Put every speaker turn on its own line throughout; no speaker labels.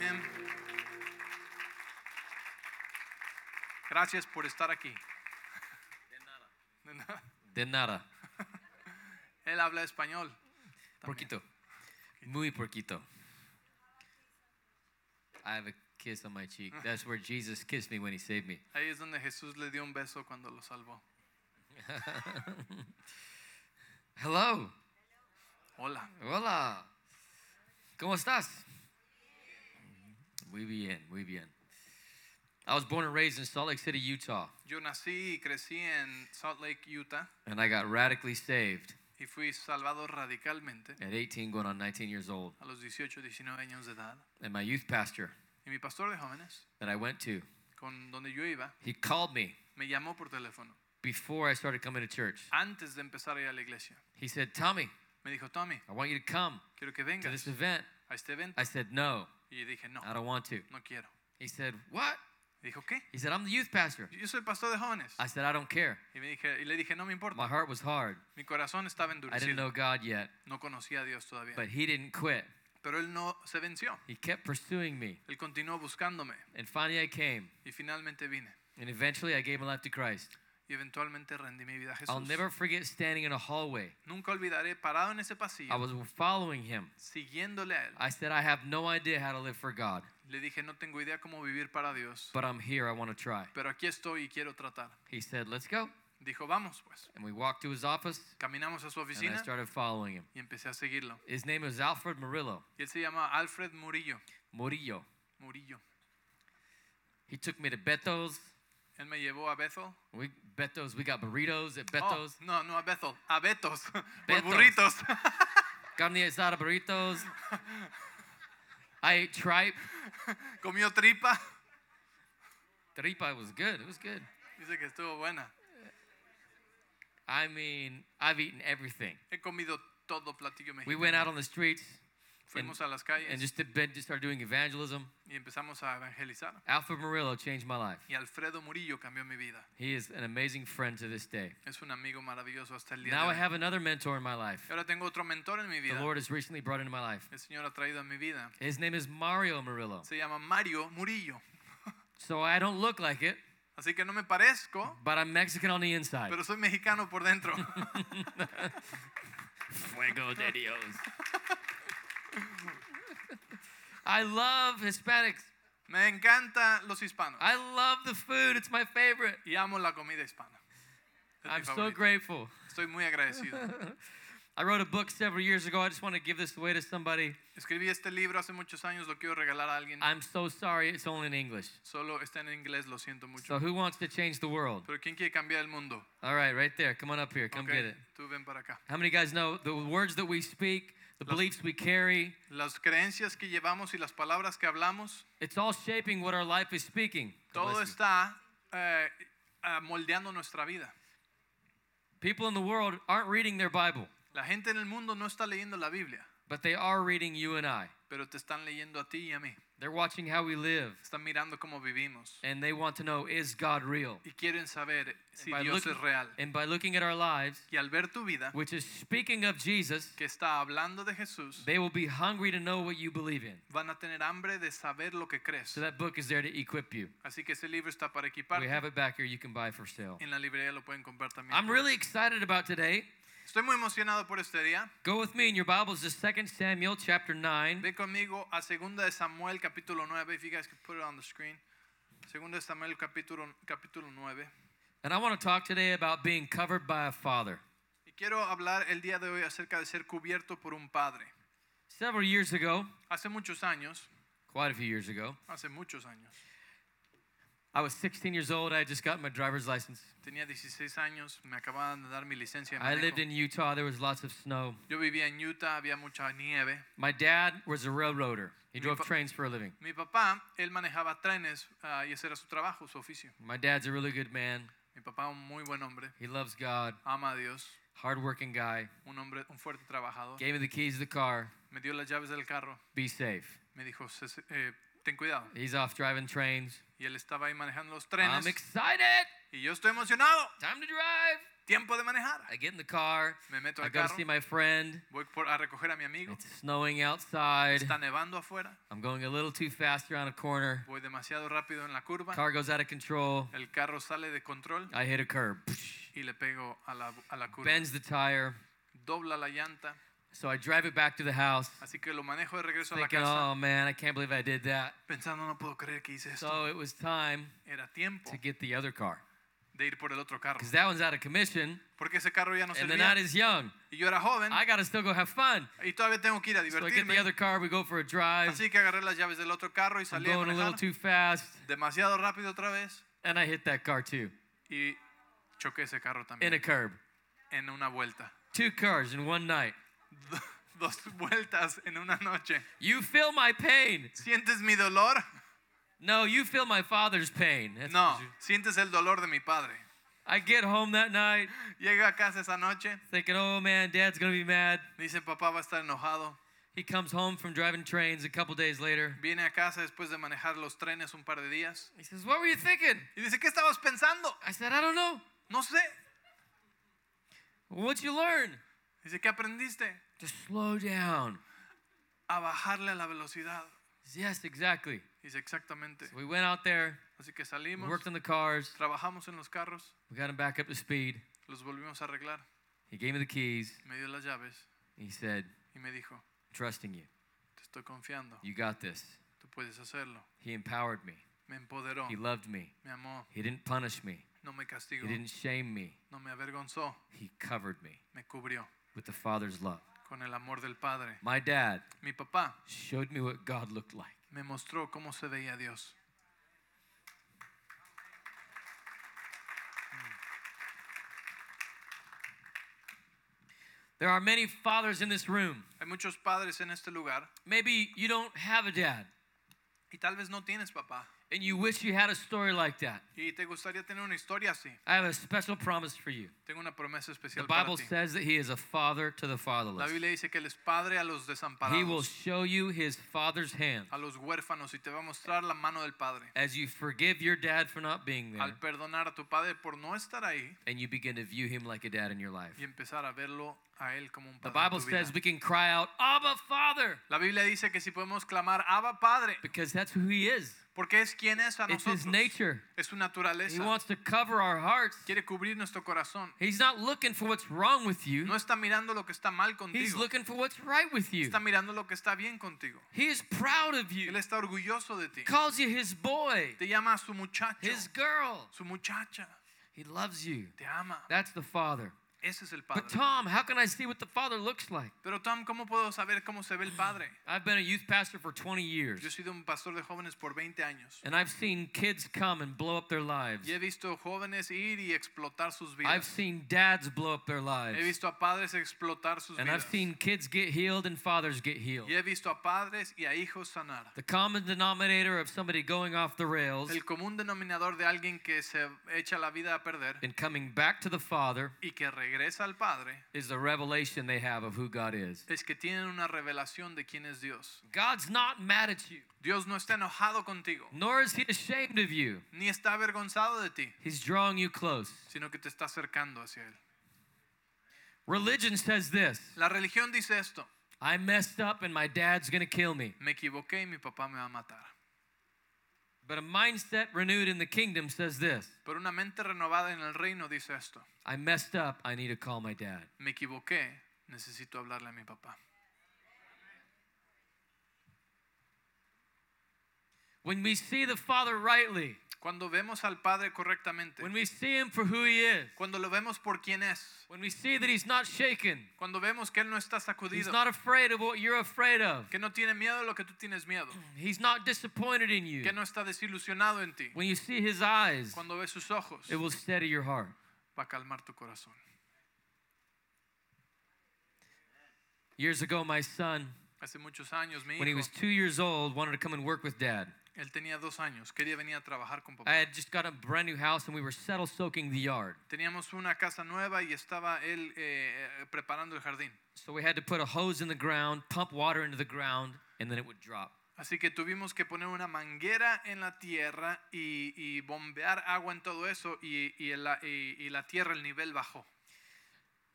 him. Gracias por estar aquí. De nada.
De nada.
Él habla español. también.
Porquito. Muy porquito. I have a kiss on my cheek. That's where Jesus kissed me when he saved me.
Ahí es donde Jesús le dio un beso cuando lo salvó.
Hello.
Hola.
Hola. ¿Cómo estás? Muy bien, muy bien. I was born and raised in Salt Lake City, Utah,
Yo nací y crecí en Salt Lake, Utah,
and I got radically saved
y fui salvado radicalmente
at 18, going on 19 years old.
a los 18, 19 años de edad.
And my youth pastor
Y mi pastor de jóvenes,
that I went to,
con donde yo iba,
he called me
me llamó por teléfono
before I started coming to church.
antes de empezar a ir a la iglesia.
He said, Tommy,
Me dijo, Tommy,
I want you to come
quiero que
to
vengas
this event.
a este evento.
I said, No,
Y dije, no,
I don't want to.
no quiero.
He said, What?
Y dijo, ¿qué?
He said, I'm the youth pastor.
Yo soy pastor de jóvenes.
I said, I don't care.
Y, me dije, y le dije, no me importa.
My heart was hard.
Mi corazón estaba
I didn't
endurecido.
know God yet,
No conocía a Dios todavía.
but he didn't quit.
Pero él no se venció.
He kept pursuing me.
Él continuó buscándome.
And finally, I came.
Y finalmente vine.
And eventually, I gave my life to Christ.
Y eventualmente rendí mi vida a
I'll
Jesús.
never forget standing in a hallway.
Nunca olvidaré parado en ese pasillo,
I was following him.
siguiéndole a él.
I said, I have no idea how to live for God,
Le dije, no tengo idea cómo vivir para Dios,
but I'm here. I want to try.
pero aquí estoy y quiero tratar.
He said, Let's go.
Dijo, vamos pues.
And we walked to his office,
Caminamos a su
and I
oficina
started following him.
y empecé a seguirlo.
His name is Alfred Murillo.
Y él se llama Alfred Murillo.
Murillo.
Murillo.
He took me to Beto's.
Él me llevó a Bethel.
We, Beto's, we got burritos at
Oh,
Beto's.
no, no a Bethel, a Betos. Por
Betos.
burritos.
Carne asada burritos. I ate tripe.
Comió tripa.
Tripa was good. It was good.
Dice que estuvo buena.
I mean, I've eaten everything.
He comido todo platillo
We went out
mexicano.
on the streets
Fuimos a las calles
and just, did, just started doing evangelism.
y empezamos a evangelizar.
Alfred Murillo changed my life.
Y Alfredo Murillo cambió mi vida.
He is an amazing friend to this day.
Es un amigo maravilloso hasta el día
Now
de
I
hoy.
have another mentor in my life.
Y Ahora tengo otro mentor en mi
The
vida.
Lord has recently brought into my life.
El Señor ha traído a mi vida.
His name is Mario Murillo.
Se llama Mario Murillo.
So I don't look like it,
Así que no me parezco,
but I'm Mexican on the inside.
pero soy mexicano por dentro.
Fuego de Dios. I love Hispanics.
me encantan los hispanos.
I love the food. It's my favorite.
Y amo la comida hispana. Es mi
I'm so
favorito.
grateful.
Estoy muy agradecido.
I wrote a book several years ago. I just want to give this away to somebody.
Escribí este libro hace muchos años, lo quiero regalar a alguien.
I'm so sorry it's only in English.
Solo está en inglés, lo siento mucho.
So who wants to change the world?
Pero ¿quién quiere cambiar el mundo?
All right, right there. Come on up here. Come
Ok,
get it.
Tú ven para acá.
How many guys know the words that we speak, the beliefs we carry,
Las creencias que llevamos y las palabras que hablamos,
it's all shaping what our life is speaking. God
todo
bless you.
está eh, ah, moldeando nuestra vida.
People in the world aren't reading their Bible,
La gente en el mundo no está leyendo la Biblia,
but they are reading you and I.
pero te están leyendo a ti y a mí.
They're watching how we live,
Están mirando cómo vivimos
and they want to know is God real?
y quieren saber si
by
Dios
looking-
es real.
And by looking at our lives,
Y al ver tu vida,
which is speaking of Jesus,
que está hablando de Jesús,
they will be hungry to know what you believe in.
van a tener hambre de saber lo que crees.
So that book is there to equip you.
Así que ese libro está para
We
equiparte.
have it back here. You can buy for sale.
En la librería lo pueden comprar también.
I'm really excited about today.
Estoy muy emocionado por este día.
Go with me in your Bibles to 2 Samuel chapter 9.
Ve conmigo a 2 de Samuel capítulo 9. If you guys could put it on the screen. 2 de Samuel capítulo, capítulo 9.
And I want to talk today about being covered by a father.
Y quiero hablar el día de hoy acerca de ser cubierto por un padre.
Several years ago,
Hace muchos años,
quite a few years ago,
hace muchos años,
I was 16 years old. I had just got my driver's license.
tenía 16 años, me acababan de dar mi licencia de
I
manejo.
lived in Utah. There was lots of snow.
Yo vivía en Utah, había mucha nieve.
My dad was a railroader. He drove
fa-
trains for a living.
Mi papá, él manejaba trenes ah, y ese era su trabajo, su oficio.
My dad's a really good man.
Mi papá, un muy buen hombre,
He loves God,
ama a Dios,
hardworking guy.
un hombre, un fuerte trabajador.
Gave me the keys to the car.
Me dio las llaves del carro,
Be safe.
me dijo, "Se- se- eh, ten cuidado.
He's off driving trains.
Y él estaba ahí manejando los
I'm
trenes.
excited.
Y yo estoy emocionado.
Time to drive.
tiempo de manejar.
I get in the car.
Me meto
I
al
go to
carro,
see my friend.
voy por- a recoger a mi amigo.
It's snowing outside.
Está nevando afuera,
I'm going a little too fast around a corner.
voy demasiado rápido en la curva.
Car goes out of control.
El carro sale de control
I hit a curb.
y le pego a la, a la curva.
Bends the tire.
Dobla la llanta.
So I drive it back to the house.
Así que lo manejo de regreso a la
Thinking,
casa.
oh man, I can't believe I did that.
Pensando, no puedo creer que hice esto.
So it was time
Era tiempo
to get the other car.
de ir por el otro carro.
Because that one's out of commission
Porque ese carro ya no
and they're not
servía.
as young.
Y yo era joven
I got to still go have fun.
y todavía tengo que ir a
So I get the
divertirme.
other car. We go for a drive.
Así que agarré las llaves del otro carro y
I'm
salí a
going a little
manejar.
too fast.
Demasiado rápido otra vez
And I hit that car too
y choqué ese carro
in a
también
curb.
en una vuelta.
Two cars in one night.
Dos vueltas en una noche.
You feel my pain.
¿Sientes mi dolor?
No, you feel my father's pain. That's
No,
what you-
sientes el dolor de mi padre.
I get home that night
Llega a casa esa noche,
thinking, oh man, dad's going to be mad.
dice papá va a estar enojado.
He comes home from driving trains a couple days later.
Viene a casa después de manejar los trenes un par de días
He says, what were you thinking?
y dice, ¿qué estabas pensando?
I said, I don't know.
No sé.
What'd you learn?
Dice, ¿qué aprendiste?
To slow down.
A bajarle a la velocidad.
I said, yes, exactly.
Dice, exactamente.
So we went out there,
Así que
we
salimos,
worked on the cars,
trabajamos en los carros,
we got him back up to speed.
los volvimos a arreglar.
He gave me the keys.
Me dio las llaves
He said,
y me dijo,
trusting you.
te estoy confiando,
You got this.
tú puedes hacerlo.
He empowered me.
Me empoderó,
He loved me.
me amó,
He didn't punish me.
no me
He
castigó,
didn't shame me.
no me avergonzó,
He covered me
me cubrió
with the Father's love.
con el amor del Padre.
My dad
Mi papá
showed me what God looked like.
me mostró cómo se veía Dios.
There are many fathers in this room.
Hay muchos padres en este lugar
Maybe you don't have a dad
y tal vez no tienes papá
and you wish you had a story like that.
y te gustaría tener una historia así.
I have a special promise for you.
Tengo una promesa
The
especial para
Bible
ti.
says that he is a father to the
La
fatherless.
Biblia dice que él es padre a los
He will
desamparados,
show you his father's hand
a los huérfanos y te va a mostrar la mano del Padre.
as you forgive your dad for not being there
Al perdonar a tu padre por no estar ahí
and you begin to view him like a dad in your life.
y empezar a verlo a él como un
The
padre. en
Bible
tu vida.
says uh, we can cry out, Abba, Father,
La Biblia dice que si podemos clamar Abba Padre,
because that's who he is.
porque es quien es a
It's
nosotros.
his nature.
Es su
He
naturaleza.
wants to cover our hearts.
Quiere cubrir nuestro corazón.
He's not looking for what's wrong with you.
No está mirando lo que está mal
He's
contigo.
looking for what's right with you.
Está mirando lo que está bien contigo.
He is proud of
Él
you.
está orgulloso de ti.
Calls you his boy,
Te llama su muchacho.
his girl.
Su muchacha.
He loves you.
Te ama.
That's the father.
Ese es el
But
Padre.
Tom, how can I see what the father looks like?
Pero Tom, ¿cómo puedo saber cómo se ve el Padre?
I've been a youth pastor for 20
Yo he
years,
sido un pastor de jóvenes por 20 años.
and I've seen kids come and blow up their lives.
Y he visto jóvenes ir y explotar sus
I've
vidas.
seen dads blow up their
He
lives.
visto a padres explotar sus
And I've
vidas.
seen kids get healed and fathers get healed.
Y he visto a padres y a hijos sanar.
The common denominator of somebody going off the rails
El común denominador de alguien que se echa la vida a perder
and coming back to the Father
y que regresa al Padre
is the revelation they have of who God is.
es que tienen una revelación de quién es Dios.
God's not mad at you,
Dios no está enojado contigo,
nor is he ashamed of you.
ni está avergonzado de ti,
He's drawing you close.
sino que te está acercando hacia Él.
Religion says this
La religión dice esto,
I messed up and my dad's going to kill me.
me equivoqué y mi papá me va a matar.
But a mindset renewed in the kingdom says this
Pero una mente renovada en el reino dice esto,
I messed up, I need to call my dad.
me equivoqué, necesito hablarle a mi papá.
When we see the Father rightly,
Cuando vemos al Padre correctamente,
when we see him for who he is,
cuando lo vemos por quién es,
when we see that he's not shaken,
cuando vemos que Él no está
he's
sacudido,
not afraid of what you're afraid of,
que no tiene miedo a lo que tú tienes miedo,
He's not disappointed in you.
que no está desilusionado en ti.
When you see his eyes,
Cuando ves sus ojos,
it will steady your heart.
va a calmar tu corazón.
Years ago, my son,
Hace muchos años, mi
when he
hijo,
was two years old, wanted to come and work with dad.
él tenía dos años, quería venir a trabajar con
I
papá.
had just got a brand new house and we were settle soaking the yard.
Teníamos una casa nueva y estaba él eh, eh, preparando el jardín.
So we had to put a hose in the ground, pump water into the ground, and then it would drop.
Así que tuvimos que poner una manguera en la tierra y, y bombear agua en todo eso y, y en la, y- y la tierra, el nivel bajó.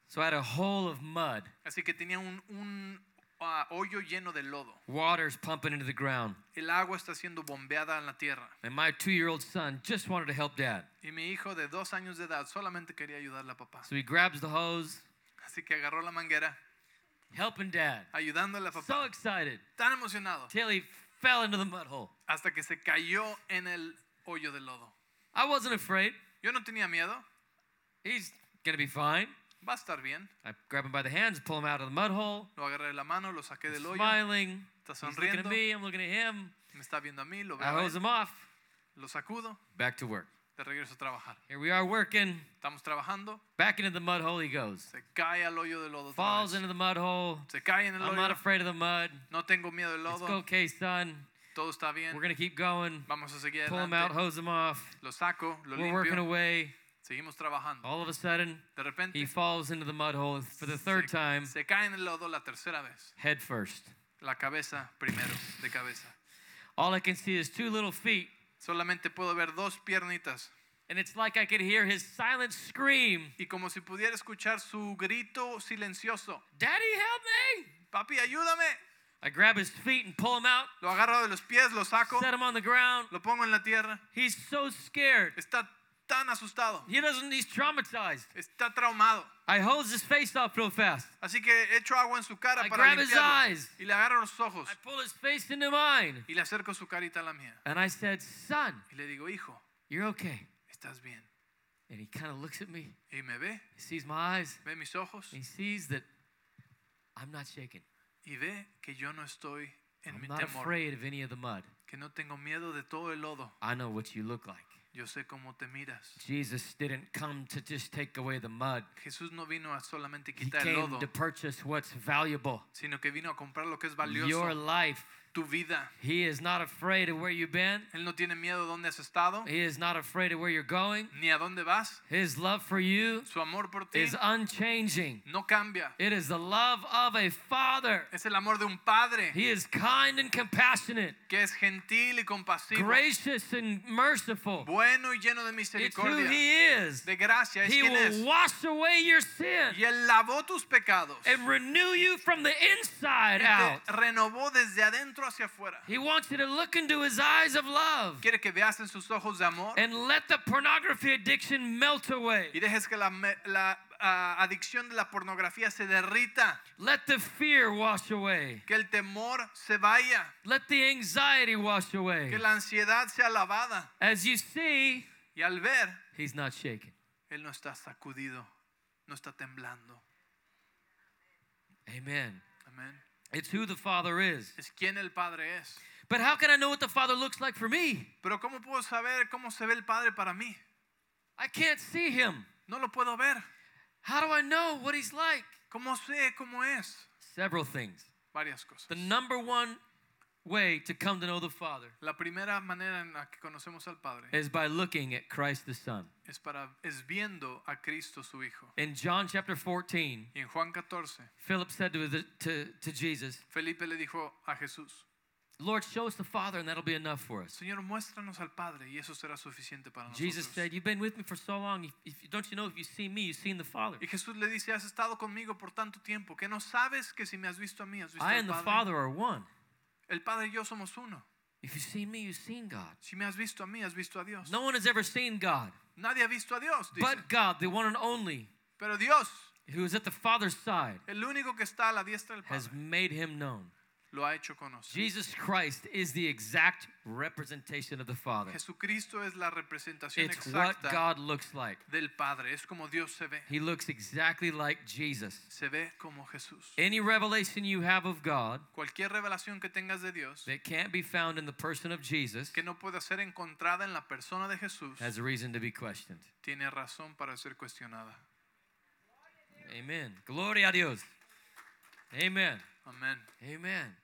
So I had a hole of mud,
Así que tenía un, un, ah, hoyo lleno de lodo.
water's pumping into the ground.
El agua está siendo bombeada en la tierra.
And my two year old son just wanted to help dad.
Y mi hijo de dos años de edad solamente quería ayudarle a papá.
So he grabs the hose,
Así que agarró la manguera,
helping dad.
ayudándole a
So
papá.
excited
Tan emocionado.
till he fell into the mud hole.
Hasta que se cayó en el hoyo de lodo.
I wasn't afraid.
Yo no tenía miedo.
He's gonna be fine.
Va a estar bien.
I grab him by the hands, pull him out of the mud hole.
Lo agarré de la mano, lo saqué del hoyo.
Smiling.
Está
He's looking at
sonriendo.
me, I'm looking at him.
Me está viendo a mí, lo veo.
I
a
hose
él,
him off.
Lo sacudo,
Back to work.
de regreso a trabajar.
Here we are working.
Estamos trabajando.
Back into the mud hole he goes.
Se cae al hoyo de lodo. otra
Falls
vez.
into the mud hole.
Se cae en el
I'm not
hoyo.
afraid of the mud.
No tengo miedo del
It's
lodo.
okay, son.
Todo está
We're
bien.
gonna keep going.
Vamos a seguir
Pull him out,
adelante.
hose him off.
Lo saco, lo
We're working
limpio.
away.
Seguimos trabajando.
All of a sudden,
De repente
he falls into the mud hole for the
se-
third time,
se cae en el lodo la tercera vez.
head first.
La cabeza primero, de cabeza.
All I can see is two little feet,
Solamente puedo ver dos piernitas.
and it's like I could hear his silent scream
Y como si pudiera escuchar su grito silencioso.
Daddy, help me!
Papi, ayúdame.
I grab his feet and pull him out,
Lo agarro de los pies, lo saco,
set him on the ground.
lo pongo en la tierra.
He's so scared.
Está tan asustado.
He doesn't, he's traumatized.
Está traumado.
I hose his face off real fast.
Así que echo agua en su cara
I
para
grab his
limpiarlo.
eyes.
Y le agarro los ojos
I pull his face into mine.
y le acerco su carita a la mía.
And I said, Son,
Y le digo, hijo,
you're okay.
estás bien.
And he kind of looks at me,
Y me ve,
he sees my eyes,
ve mis ojos
and he sees that I'm not shaking.
y ve que yo no estoy en mi
I'm not
temor,
afraid of any of the mud.
que no tengo miedo de todo el lodo.
I know what you look like.
Yo sé cómo te miras.
Jesus didn't come to just take away the mud.
Jesús no vino a solamente
He
quitar el
came
lodo,
to purchase what's valuable.
sino que vino a comprar lo que es
Your
valioso,
life.
tu vida.
He is not afraid of where you've been.
Él no tiene miedo de dónde has estado,
He is not afraid of where you're going.
ni a dónde vas.
His love for you
Su amor por ti
is unchanging.
no cambia.
It is the love of a father.
Es el amor de un padre
He is kind and compassionate,
que es gentil y compasivo,
gracious and merciful.
bueno y lleno de
It's who
misericordia,
he is.
de gracia. Es
He
quien
will
es.
wash away your sin
Y él lavó tus pecados. y
and renew you from the inside out.
Te renovó desde adentro hacia afuera.
He wants you to look into his eyes of love
Quiere que veas en sus ojos de amor
and let the pornography addiction melt away.
y dejes que la, me- la, ah, adicción de la pornografía se derrita,
Let the fear wash away.
que el temor se vaya,
Let the anxiety wash away.
que la ansiedad sea lavada.
As you see,
Y al ver,
he's not shaken.
él no está sacudido, no está temblando.
Amen.
Amén.
It's who the Father is.
Es quien el Padre es.
But how can I know what the Father looks like for me?
Pero ¿cómo puedo saber cómo se ve el Padre para mí?
I can't see him.
No lo puedo ver.
How do I know what he's like?
¿Cómo sé cómo es?
Several things.
Varias cosas.
The number one way to come to know the Father
La primera manera en la que conocemos al Padre
is by looking at Christ the Son.
es, para, es viendo a Cristo su Hijo.
In John chapter 14,
Y en Juan 14,
Philip said to, the, to, to Jesus,
Felipe le dijo a Jesús,
Lord, show us the Father, and that'll be enough for us.
Señor, muéstranos al Padre y eso será suficiente para nosotros.
Jesus said, You've been with me for so long. If, if, you- don't you know if you've seen me, you've seen the Father?
y Jesús le dice, has estado conmigo por tanto tiempo que no sabes que si me has visto a mí, has visto
I
al
and the
Padre.
Father are one.
El Padre y yo somos uno.
If you've seen me, you've seen God.
Si me has visto a mí, has visto a Dios.
No one has ever seen God,
Nadie ha visto a Dios, dice.
but God, the one and only,
Pero Dios,
who is at the Father's side,
el único que está a la diestra del
has
Padre,
made him known.
lo ha hecho conocer.
Jesus Christ is the exact representation of the Father.
Jesucristo es la representación
It's what
exacta
God looks like.
del Padre. Es como Dios se ve.
He looks exactly like Jesus.
Se ve como Jesús.
Any revelation you have of God
Cualquier revelación que tengas de Dios
that can't be found in the person of Jesus
que no pueda ser encontrada en la persona de Jesús
has a reason to be questioned.
tiene razón para ser cuestionada.
Amen. Gloria a Dios. Amen.
Amén.
Amen.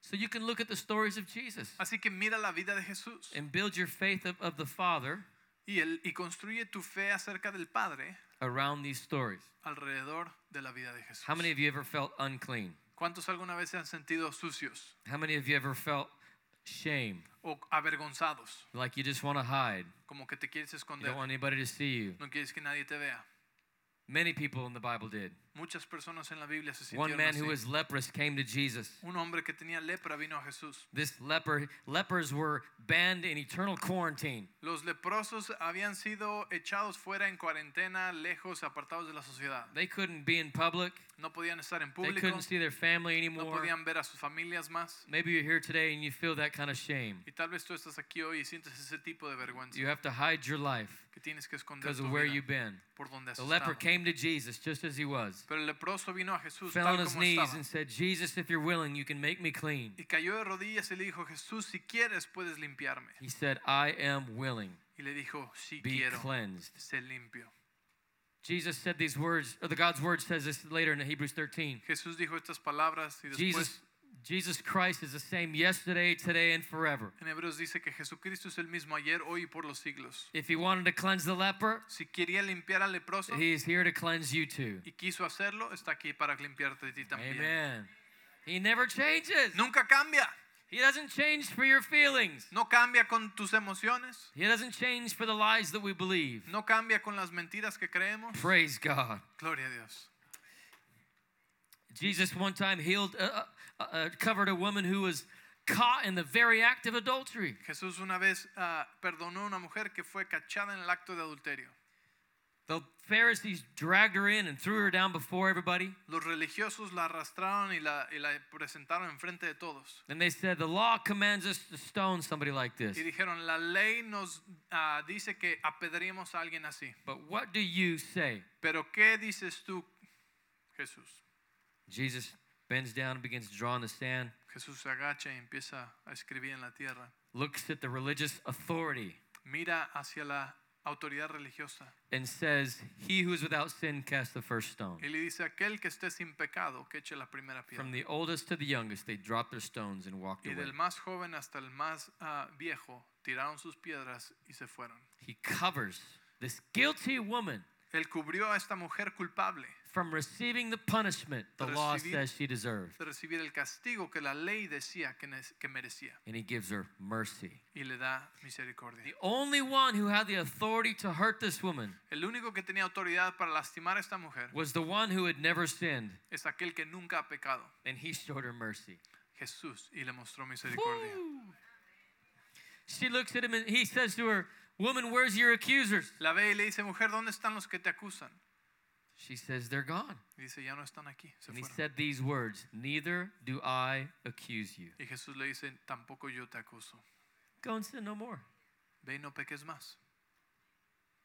So you can look at the stories of Jesus
Así que mira la vida de Jesús
and build your faith of, of the Father
y, el- y construye tu fe acerca del Padre
around these stories.
alrededor de la vida de Jesús.
How many of you ever felt unclean?
¿Cuántos alguna vez se han sentido sucios
How many of you ever felt shame?
o avergonzados?
Like you just want to hide.
Como que te quieres
You
esconder,
don't want anybody to see you.
no quieres que nadie te vea.
Many people in the Bible did.
Muchas personas en la Biblia se
One
sintieron
man who
así.
was leprous came to Jesus.
Un hombre que tenía lepra vino a Jesús.
This leper, lepers were banned in eternal quarantine.
Los leprosos habían sido echados fuera en cuarentena, lejos, apartados de la sociedad.
They couldn't be in public.
No podían estar en
They
público,
couldn't see their family
no
anymore.
podían ver a sus familias más.
Maybe you're here today and you feel that kind of shame.
Y tal vez tú estás aquí hoy y sientes ese tipo de vergüenza
You have to hide your life
que tienes que esconder
because
tu
of where
vida
you've been.
por donde has
The leper
estado.
came to Jesus just as he was,
Pero el leproso vino a Jesús
fell on
tal
his
como
knees
estaba
and said, Jesus, if you're willing, you can make me clean.
y cayó de rodillas y le dijo, Jesús, si quieres puedes limpiarme.
He said, I am willing.
Y le dijo, si
Be
quiero,
cleansed.
se limpio.
Jesus said these words, or the God's word says this later in Hebrews 13.
Jesús dijo estas palabras y después
Jesus, Jesus Christ is the same yesterday, today, and forever.
en Hebreos dice que Jesucristo es el mismo ayer, hoy y por los siglos.
If he wanted to cleanse the leper,
Si quería limpiar al leproso
he is here to cleanse you too.
y quiso hacerlo, está aquí para limpiarte a ti también.
Amen. He never changes.
Nunca cambia.
He doesn't change for your feelings.
No cambia con tus emociones.
He doesn't change for the lies that we believe.
No cambia con las mentiras que creemos.
Praise God.
Gloria a Dios.
Jesus one time healed, uh, uh, uh, covered a woman who was caught in the very act of adultery.
Jesús una vez ah, perdonó a una mujer que fue cachada en el acto de adulterio.
The Pharisees dragged her in and threw her down before everybody.
Los religiosos la arrastraron y la, y la presentaron enfrente de todos.
And they said, The law commands us to stone somebody like this.
Y dijeron, la ley nos ah, dice que apedreemos a alguien así.
But what do you say?
Pero ¿qué dices tú, Jesús?
Jesus bends down and begins to draw in the sand,
Jesús se agacha y empieza a escribir en la tierra.
looks at the religious authority,
Mira hacia la autoridad religiosa
and says, He who is without sin cast the first stone.
y le dice, aquel que esté sin pecado, que eche la primera piedra.
From the oldest to the youngest, they dropped their stones and walked
Y
away.
del más joven hasta el más ah, viejo, tiraron sus piedras y se fueron.
He covers this guilty woman
Él cubrió a esta mujer culpable
from receiving the punishment the law
Recibir-
says she deserved.
de recibir el castigo que la ley decía que, nes- que merecía
And he gives her mercy.
y le da misericordia.
The only one who had the authority to hurt this woman
El único que tenía autoridad para lastimar a esta mujer
was the one who had never sinned,
es aquel que nunca ha pecado,
and he showed her mercy.
Jesús, y le mostró misericordia.
She looks at him and he says to her, Woman, where's your accusers?
La ve y le dice, mujer, ¿dónde están los que te acusan?
She says, They're gone.
Y dice, ya no están aquí, se
And he
fueron.
said these words Neither do I accuse you.
Y Jesús le dice, tampoco yo te acuso.
Go and sin no more.
Ve y no peques más.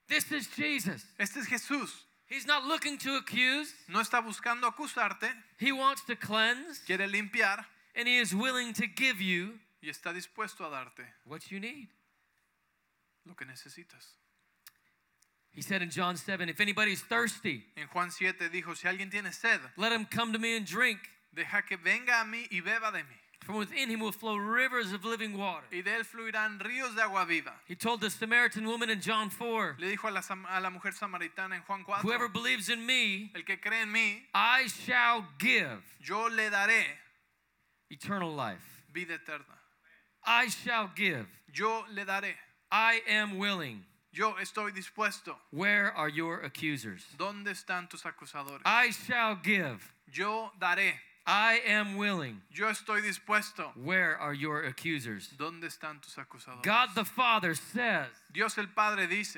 This is Jesus.
Este es Jesús.
He's not looking to accuse,
No está buscando acusarte,
he wants to cleanse,
quiere limpiar
and he is willing to give you
y está dispuesto a darte
what you need.
lo que necesitas.
He said in John 7, If anybody's thirsty,
En Juan 7 dijo, si alguien tiene sed,
let him come to me and drink.
deja que venga a mí y beba de mí.
From within him will flow rivers of living water.
Y de él fluirán ríos de agua viva.
He told the Samaritan woman in John 4,
Le dijo a la, sam- a la mujer samaritana en Juan 4,
Whoever believes in me,
el que cree en mí,
I shall give
yo le daré
eternal life.
vida eterna.
I shall give.
Yo le daré.
I am willing.
Yo estoy dispuesto.
Where are your accusers?
¿Dónde están tus acusadores?
I shall give.
Yo daré.
I am willing.
Yo estoy dispuesto.
Where are your accusers?
¿Dónde están tus acusadores?
God the Father says,
Dios el Padre dice,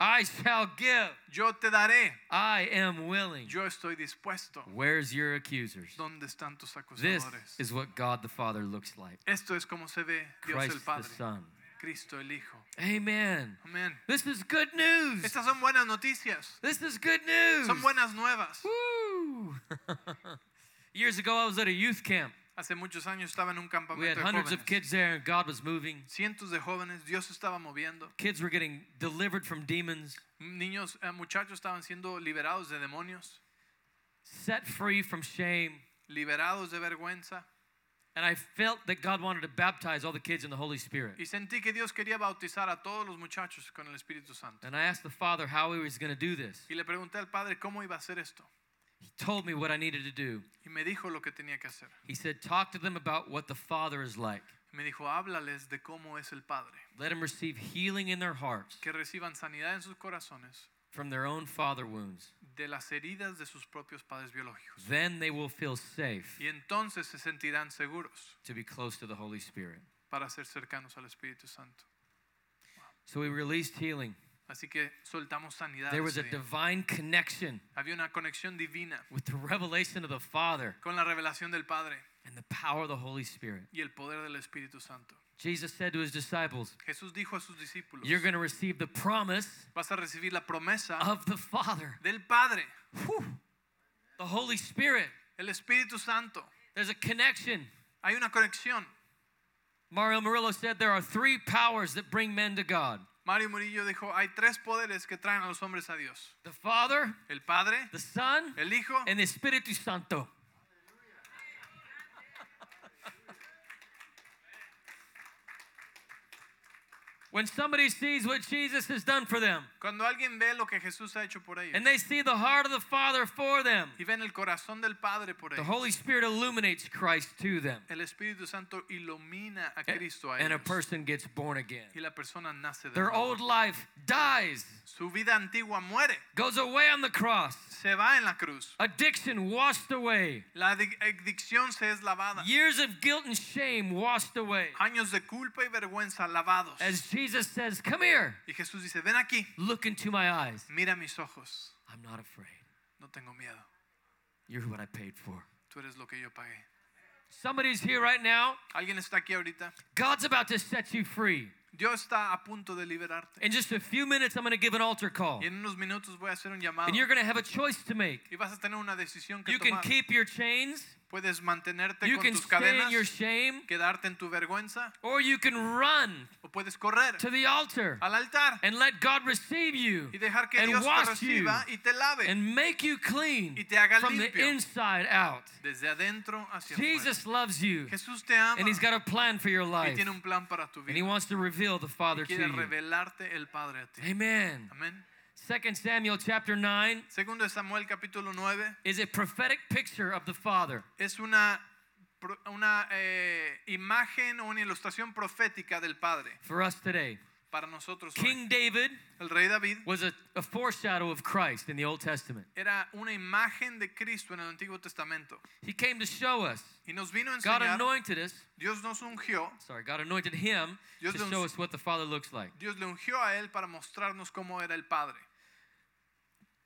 I shall give.
yo te daré.
I am willing.
Yo estoy dispuesto.
Where's your accusers?
¿Dónde están tus
This
acusadores?
is what God the Father looks like.
Esto es como se ve Dios el
Christ the
Padre,
Son.
Cristo el Hijo.
Amen.
Amén.
This is good news.
Estas son buenas noticias.
This is good news.
Son buenas nuevas.
Woo! Years ago, I was at a youth camp.
Hace muchos años estaba en un
We
campamento
had
de
hundreds of
jóvenes.
kids there, and God was moving.
Cientos de jóvenes, Dios estaba moviendo.
Kids were getting delivered from demons,
Niños, eh, muchachos estaban siendo liberados de demonios,
set free from shame.
liberados de vergüenza.
And I felt that God wanted to baptize all the kids in the Holy Spirit.
Y sentí que Dios quería bautizar a todos los muchachos con el Espíritu Santo.
And I asked the Father how he was going to do this.
Y le pregunté al Padre cómo iba a hacer esto.
He told me what I needed to do.
y me dijo lo que tenía que hacer.
He said, Talk to them about what the Father is like.
Me dijo, háblales de cómo es el Padre,
Let them receive healing in their hearts
que reciban sanidad en sus corazones
from their own father wounds.
de las heridas de sus propios padres biológicos.
Then they will feel safe
Y entonces se sentirán seguros
to be close to the Holy Spirit.
para ser cercanos al Espíritu Santo.
So we released healing.
Así que soltamos sanidad.
There was
ese
a
día.
divine connection
Había una conexión divina
with the revelation of the Father
con la revelación del Padre
and the power of the Holy Spirit.
y el poder del Espíritu Santo.
Jesus said to his disciples,
Jesús dijo a sus discípulos,
You're Ah. going to receive the promise
vas a recibir la promesa
of the Father,
del Padre,
Whew. the Holy Spirit.
el Espíritu Santo.
There's a connection.
Hay una conexión.
Mario Murillo said there are three powers that bring men to God
Mario Murillo dijo, hay tres poderes que traen a los hombres a Dios.
the Father,
El Padre,
the Son,
el Hijo
and the Espiritu Santo. When somebody sees what Jesus has done for them
Cuando alguien ve lo que Jesús ha hecho por ellos
and they see the heart of the Father for them,
y ven el corazón del Padre por
the
ellos,
Holy Spirit illuminates Christ to them.
el Espíritu Santo ilumina a
And-
Cristo a
Eh, and a
ellos
person gets born again.
y la persona nace de
Their
nuevo.
old life dies,
Su vida antigua muere,
goes away on the cross,
se va en la cruz.
addiction washed away,
La adic- adicción se es lavada,
years of guilt and shame washed away.
años de culpa y vergüenza lavados.
As Jesus says, Come here,
Y Jesús dice, ven aquí,
look into my eyes.
mira mis ojos,
I'm not afraid.
no tengo miedo,
You're what I paid for.
tú eres lo que yo pagué.
Somebody's here right now.
¿Alguien está aquí ahorita?
God's about to set you free.
Dios está a punto de liberarte.
In just a few minutes, I'm going to give an altar call.
Y en unos minutos voy a hacer un llamado
And you're going to have a choice to make.
y vas a tener una decisión que
You can
tomar.
keep your chains,
Puedes mantenerte
you
con
can
tus
stay in
cadenas,
your shame,
quedarte en tu vergüenza
or you can run
o puedes correr
to the altar
al altar
and let God receive you
y dejar que
and
Dios te
wash you
reciba y te lave
and make you clean
y te haga
from the
limpio.
inside out.
desde adentro hacia afuera.
Jesus loves you,
Jesús te ama
and He's got a plan for your
y
life,
tiene un plan para tu
and He
vida.
wants to reveal the Father to
Quiere
you.
revelarte el Padre a ti.
Amen.
Amén.
Second Samuel chapter 9
Segundo de Samuel capítulo 9
is a prophetic picture of the Father.
es una pro- una eh, imagen o una ilustración profética del Padre
for us today.
para nosotros. hoy.
King David
El rey David
was a, a foreshadow of Christ in the Old Testament.
era una imagen de Cristo en el Antiguo Testamento
He came to show us.
y nos vino a
God
enseñar.
anointed us.
Dios nos ungió,
Sorry, God anointed him
Dios
to
le
show
ungi-
us what the Father looks like.
Dios le ungió a él para mostrarnos cómo era el Padre.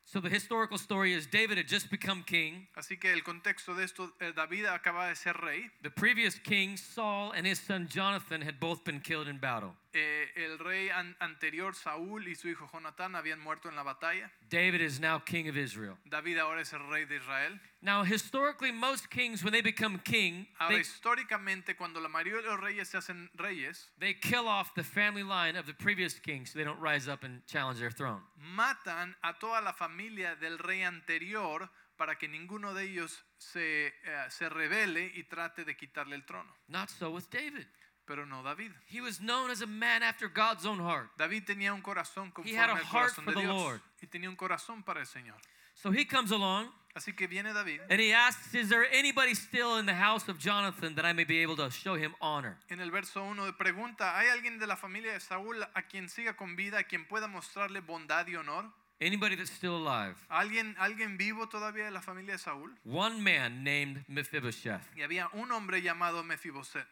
So the historical story is David had just become king.
Así que el contexto de esto, eh, David acaba de ser rey.
The previous king, Saul, and his son Jonathan had both been killed in battle.
Eh, el rey an- anterior, Saúl, y su hijo Jonatán habían muerto en la batalla.
David is now king of Israel.
David ahora es el rey de Israel.
Now, historically, most kings, when they become king,
Ahora,
they,
históricamente, cuando la mayoría de los reyes se hacen reyes,
they kill off the family line of the previous king so they don't rise up and challenge their throne.
matan a toda la familia del rey anterior para que ninguno de ellos se, eh, se revele y trate de quitarle el trono.
Not so with David.
Pero no David.
He was known as a man after God's own heart.
David tenía un corazón conforme
had a
al
heart
corazón
for
de
the
Dios
Lord.
y tenía un corazón para el Señor.
So he comes along
Así que viene David.
and he asks, Is there anybody still in the house of Jonathan that I may be able to show him honor?
En el verso 1 pregunta, ¿hay alguien de la familia de Saúl a quien siga con vida, a quien pueda mostrarle bondad y honor?
Anybody that's still alive?
¿Alguien, alguien vivo todavía de la familia de Saúl?
One man named Mephibosheth.
Y había un hombre llamado Mefiboset.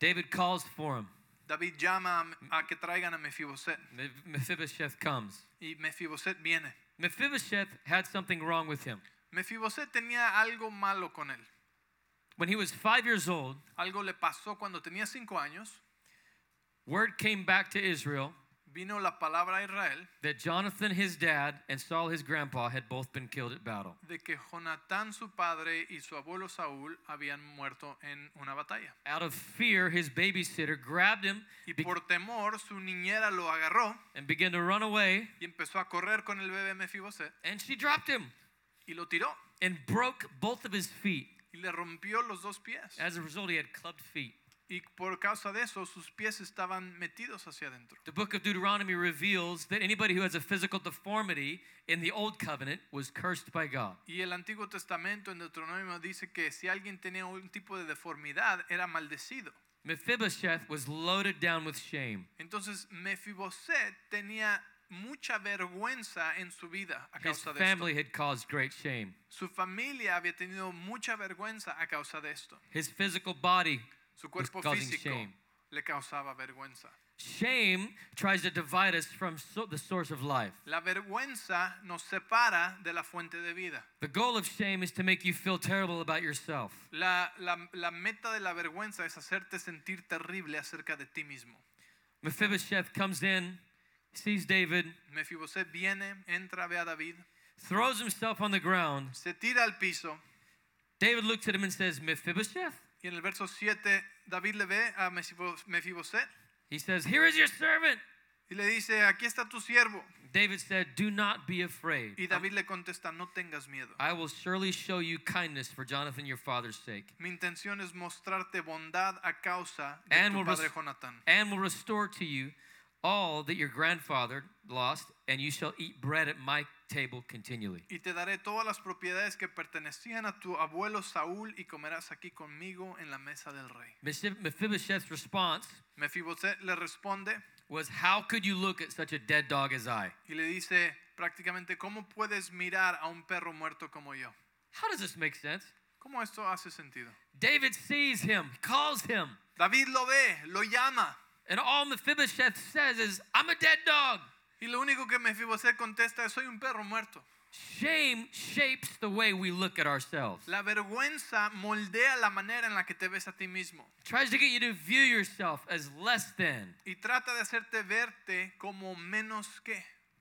David calls for him.
David llama a, a que traigan a Mefiboset
Me- Mephibosheth comes.
y Mefiboset viene.
Mephibosheth had something wrong with him.
Mefiboset tenía algo malo con él.
When he was five years old,
Algo le pasó cuando tenía cinco años.
word came back to Israel
Vino la palabra a Israel
that Jonathan, his dad, and Saul, his grandpa, had both been killed at battle.
de que Jonatán, su padre, y su abuelo Saúl habían muerto en una batalla.
Out of fear, his babysitter grabbed him
Y
be-
por temor, su niñera lo agarró
and began to run away,
y empezó a correr con el bebé Mefiboset
and she dropped him.
y lo tiró
and broke both of his feet.
y le rompió los dos pies.
As a result, he had clubbed feet.
y por causa de eso sus pies estaban metidos hacia adentro.
The book of Deuteronomy reveals that anybody who has a physical deformity in the old covenant was cursed by God.
Y el Antiguo Testamento en Deuteronomio dice que si alguien tenía un tipo de deformidad era maldecido.
Mephibosheth was loaded down with shame.
Entonces Mefiboset tenía mucha vergüenza en su vida a
His
causa de esto.
family had caused great shame.
Su familia había tenido mucha vergüenza a causa de esto.
His physical body.
Su cuerpo
causing
físico
shame.
le causaba vergüenza.
Shame tries to divide us from so- the source of life.
La vergüenza nos separa de la fuente de vida.
The goal of shame is to make you feel terrible about yourself.
La, la- la meta de la vergüenza es hacerte sentir terrible acerca de ti mismo.
Mephibosheth comes in, sees David,
Mefiboset viene, entra, ve a David,
throws himself on the ground.
se tira al piso
David looks at him and says, Mephibosheth?
y en el verso 7 David le ve a Mefibos- Mefiboset
He says, Here is your servant.
y le dice, aquí está tu siervo.
David said, Do not be afraid.
Y David le contesta, no tengas miedo.
I will surely show you kindness for Jonathan your father's sake,
Mi intención es mostrarte bondad a causa de
And
tu
will
padre
res-
Jonatán.
and will restore to you all that your grandfather lost, and you shall eat bread at my table continually.
Y te daré todas las propiedades que pertenecían a tu abuelo Saúl y comerás aquí conmigo en la mesa del rey.
Mephib- Mephibosheth's response
Mefiboset le responde
was, How could you look at such a dead dog as I?
y le dice prácticamente, ¿cómo puedes mirar a un perro muerto como yo?
How does this make sense?
¿Cómo esto hace sentido?
David sees him, calls him,
David lo ve, lo llama
and all Mephibosheth says is, I'm a dead dog.
y lo único que Mefiboset contesta es, soy un perro muerto.
Shame shapes the way we look at ourselves.
La vergüenza moldea la manera en la que te ves a ti mismo
tries to get you to view yourself as less than,
y trata de hacerte verte como menos que,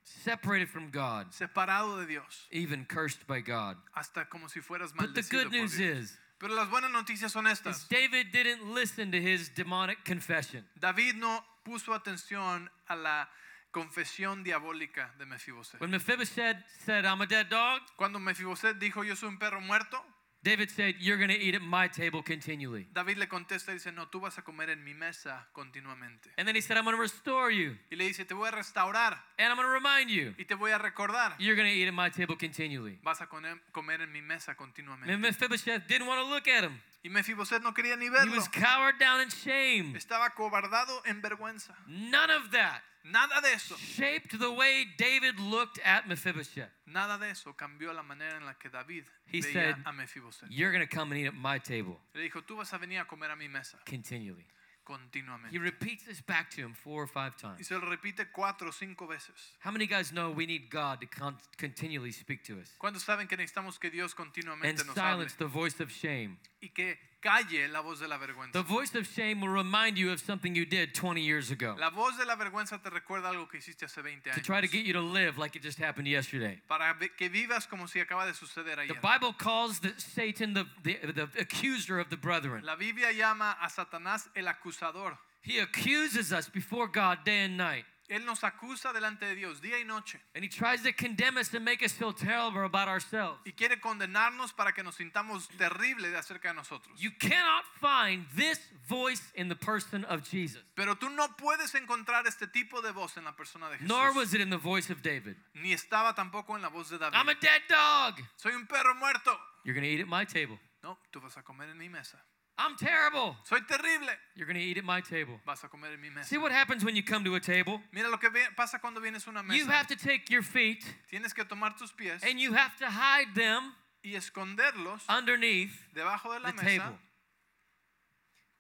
separated from God,
separado de Dios,
even cursed by God.
hasta como si fueras
But the
maldecido.
good
por
news
Dios.
is,
Pero las buenas noticias son
is
estas.
David didn't listen to his demonic confession.
David no puso atención a la confesión diabólica de Mefiboset.
When Mephibosheth said, "I'm a dead dog,"
Cuando Mefiboset dijo, yo soy un perro muerto,
David said, "You're going to eat at my table continually."
David le contesta y dice, no, tú vas a comer en mi mesa continuamente.
And then he said, "I'm going to restore you,
Y le dice, te voy a restaurar
and I'm going to remind you,
y te voy a recordar.
you're going to eat at my table continually."
Vas a comer comer en mi mesa
And
continuamente.
Mephibosheth didn't want to look at him.
Y Mefiboset no quería ni
He
verlo.
was cowered down in shame.
Estaba cobardado en vergüenza.
None of that
Nada de eso.
shaped the way David looked at Mephibosheth.
Nada de eso cambió la manera en la que David
He
veía
said,
a Mefiboset.
You're going to come and eat at my table
Le dijo, tú vas a venir a comer a mi mesa
continually. He
continuamente.
repeats this back to him four or five
Y
times.
se lo repite cuatro o cinco veces.
How many guys know we need God to con- continually speak to us
¿Cuántos saben que necesitamos que Dios
and
continuamente nos hable
silence the voice of shame?
y que calle la voz de la
The
vergüenza?
voice of shame will remind you of something you did 20 years ago
La voz de la vergüenza te recuerda algo que hiciste hace 20
to try to get
años.
you to live like it just happened yesterday.
Para ve- que vivas como si acaba de suceder
The
ayer.
Bible calls the Satan the, the, the accuser of the brethren.
La Biblia llama a Satanás el acusador.
He accuses us before God day and night.
Él nos acusa delante de Dios día y noche
And he tries to condemn us and make us feel terrible about ourselves.
y quiere condenarnos para que nos sintamos terrible de acerca de nosotros.
You cannot find this voice in the person of Jesus.
Pero tú no puedes encontrar este tipo de voz en la persona de
Nor
Jesús.
was it in the voice of David.
Ni estaba tampoco en la voz de
I'm a
David.
dead dog.
Soy un perro muerto.
You're going to eat at my table.
No, tú vas a comer en mi mesa.
I'm terrible.
Soy terrible.
You're going to eat at my table.
Vas a comer en mi mesa.
See what happens when you come to a table?
Mira lo que ve- pasa cuando vienes a una
You
mesa.
have to take your feet
Tienes que tomar tus pies
and you have to hide them
y esconderlos
underneath
debajo de la
the
mesa.
table.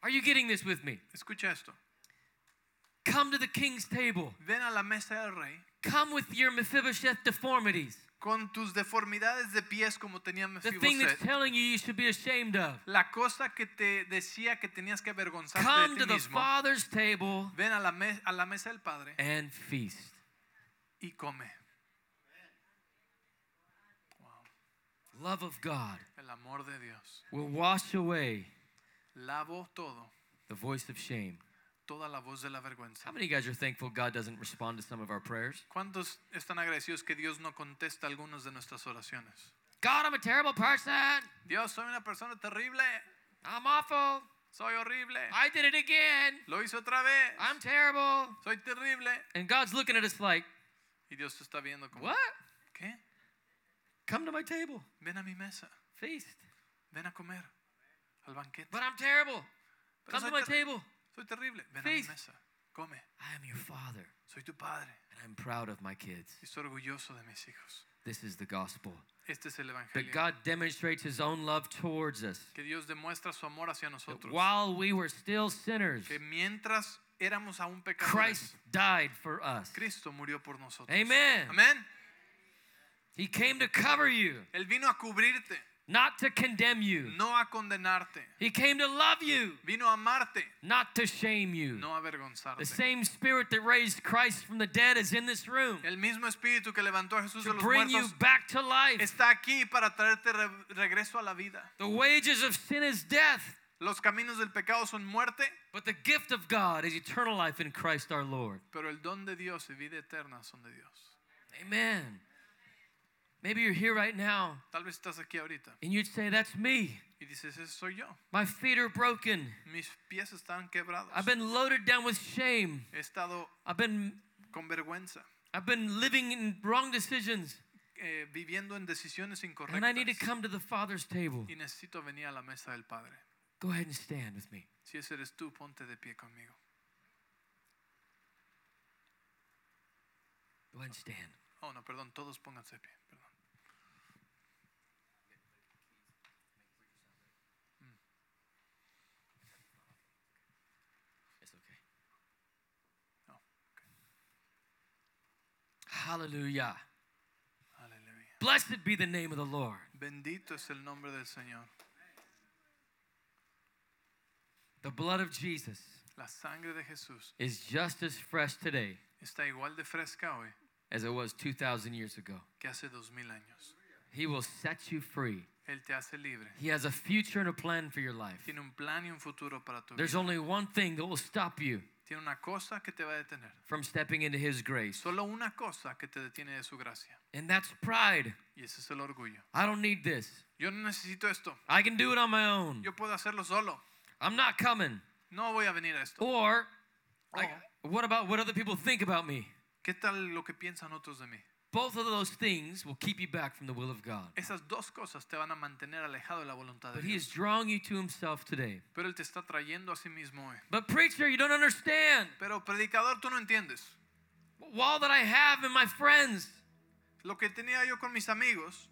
Are you getting this with me?
Escucha esto.
Come to the king's table.
Ven a la mesa del rey
Come with your Mephibosheth deformities.
con tus deformidades de pies como tenía
The thing that's
Mefiboset.
telling you you should be ashamed of.
La cosa que te decía que tenías que avergonzarte
Come
de ti
to the
mismo.
Father's table
Ven a la, me- a la mesa del Padre
and feast.
y come.
Love of God
El amor de Dios.
will wash away
Lavo todo,
the voice of shame.
toda la voz de la vergüenza.
How many of you guys are thankful God doesn't respond to some of our prayers?
¿Cuántos están agradecidos que Dios no contesta algunas de nuestras oraciones?
God, I'm a terrible person.
Dios, soy una persona terrible.
I'm awful.
Soy horrible.
I did it again.
Lo hice otra vez.
I'm terrible.
Soy terrible.
And God's looking at us like,
Y Dios te está viendo como,
what?
¿qué?
Come to my table,
Ven a mi mesa.
feast.
Ven a comer. Al banquete.
But I'm terrible.
Pero
Come
soy,
to my
ter-
table.
soy terrible. Ven a mi
Feast.
mesa. Come.
I am your father,
Soy tu padre.
and I'm proud of my kids.
Y estoy orgulloso de mis hijos.
This is the gospel.
Este es el
That
evangelio.
God demonstrates his own love towards us.
Que Dios demuestra su amor hacia
That
nosotros.
while we were still sinners,
Que mientras éramos aún
Christ
pecadores,
died for us.
Cristo murió por nosotros.
Amen.
Amén.
He came to cover you,
Él vino a cubrirte,
not to condemn you.
no a condenarte.
He came to love you,
Vino a amarte,
not to shame you.
no a avergonzarte.
The same spirit that raised Christ from the dead is in this room
El mismo espíritu que levantó a Jesús de
to
los
bring you
muertos
back to life.
está aquí para traerte re- regreso a la vida.
The wages of sin is death,
Los caminos del pecado son muerte,
but the gift of God is eternal life in Christ our Lord.
pero el don de Dios y vida eterna son de Dios.
Amen. Maybe you're here right now
Tal vez estás aquí ahorita
and you'd say, That's me.
y dices, ese soy yo.
My feet are broken.
Mis pies están quebrados.
I've been loaded down with shame.
He estado
I've been
con vergüenza,
I've been living in wrong decisions.
eh, viviendo en decisiones
And I need to
incorrectas
come to the Father's table.
y necesito venir a la mesa del Padre.
Go ahead and stand with me.
Si ese eres tú, ponte de pie conmigo.
Go ahead and stand.
Oh, no, perdón, todos pónganse de pie. Perdón.
It's okay.
Oh, okay.
Hallelujah.
Aleluya.
Blessed be the name of the Lord.
Bendito es el nombre del Señor.
The blood of Jesus
La sangre de Jesús
is just as fresh today
está igual de fresca hoy
as it was 2,000 years ago.
que hace dos mil años.
He will set you free.
Él te hace libre.
He has a future and a plan for your life.
Tiene un plan y un futuro para tu
There's
vida.
only one thing that will stop you
Tiene una cosa que te va a detener.
from stepping into His grace,
Solo una cosa que te detiene de su gracia.
and that's pride.
Y ese es el orgullo.
I don't need this.
Yo no necesito esto.
I can do it on my own.
Yo puedo hacerlo solo.
I'm not coming.
No voy a venir a esto.
Or, like,
Oh.
what about what other people think about me?
¿Qué tal lo que piensan otros de mí?
Both of those things will keep you back from the will of God.
Esas dos cosas te van a mantener alejado de la voluntad de
But He is
Dios.
drawing you to Himself today.
Pero Él te está trayendo a sí mismo hoy.
But, preacher, you don't understand.
Pero predicador, tú no entiendes.
All that I have and my friends,
Lo que tenía yo con mis amigos,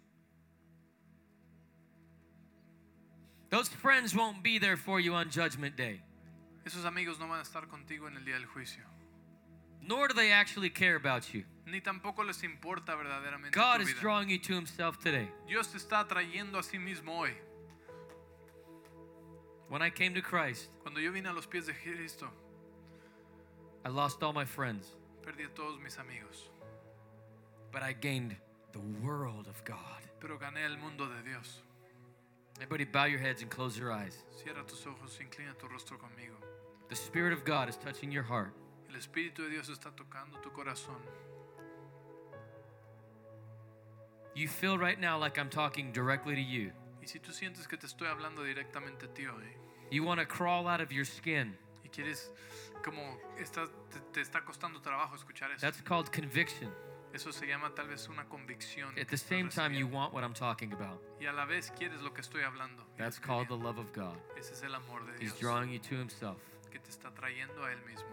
those friends won't be there for you on Judgment Day.
esos amigos no van a estar contigo en el día del juicio.
Nor do they actually care about you.
Ni tampoco les importa verdaderamente
God
tu
is
vida.
drawing you to Himself today.
Dios te está trayendo a sí mismo hoy.
When I came to Christ,
Cuando yo vine a los pies de Cristo,
I lost all my friends,
perdí a todos mis amigos,
but I gained the world of God.
pero gané el mundo de Dios.
Everybody, bow your heads and close your eyes.
Cierra tus ojos, inclina tu rostro conmigo.
The Spirit of God is touching your heart.
El Espíritu de Dios está tocando tu corazón.
You feel right now like I'm talking directly to you.
Y si tú sientes que te estoy hablando directamente a ti hoy
You want to crawl out of your skin.
y quieres, como estás, te, te está costando trabajo escuchar eso,
That's called conviction.
eso se llama tal vez una convicción.
At
que
the
estás
same time, you
recibiendo.
want what I'm talking about.
y a la vez quieres lo que estoy hablando. y
That's called the
recibiendo.
love of God.
Ese es el amor de
He's
Dios
drawing you to Himself.
que te está trayendo a Él mismo.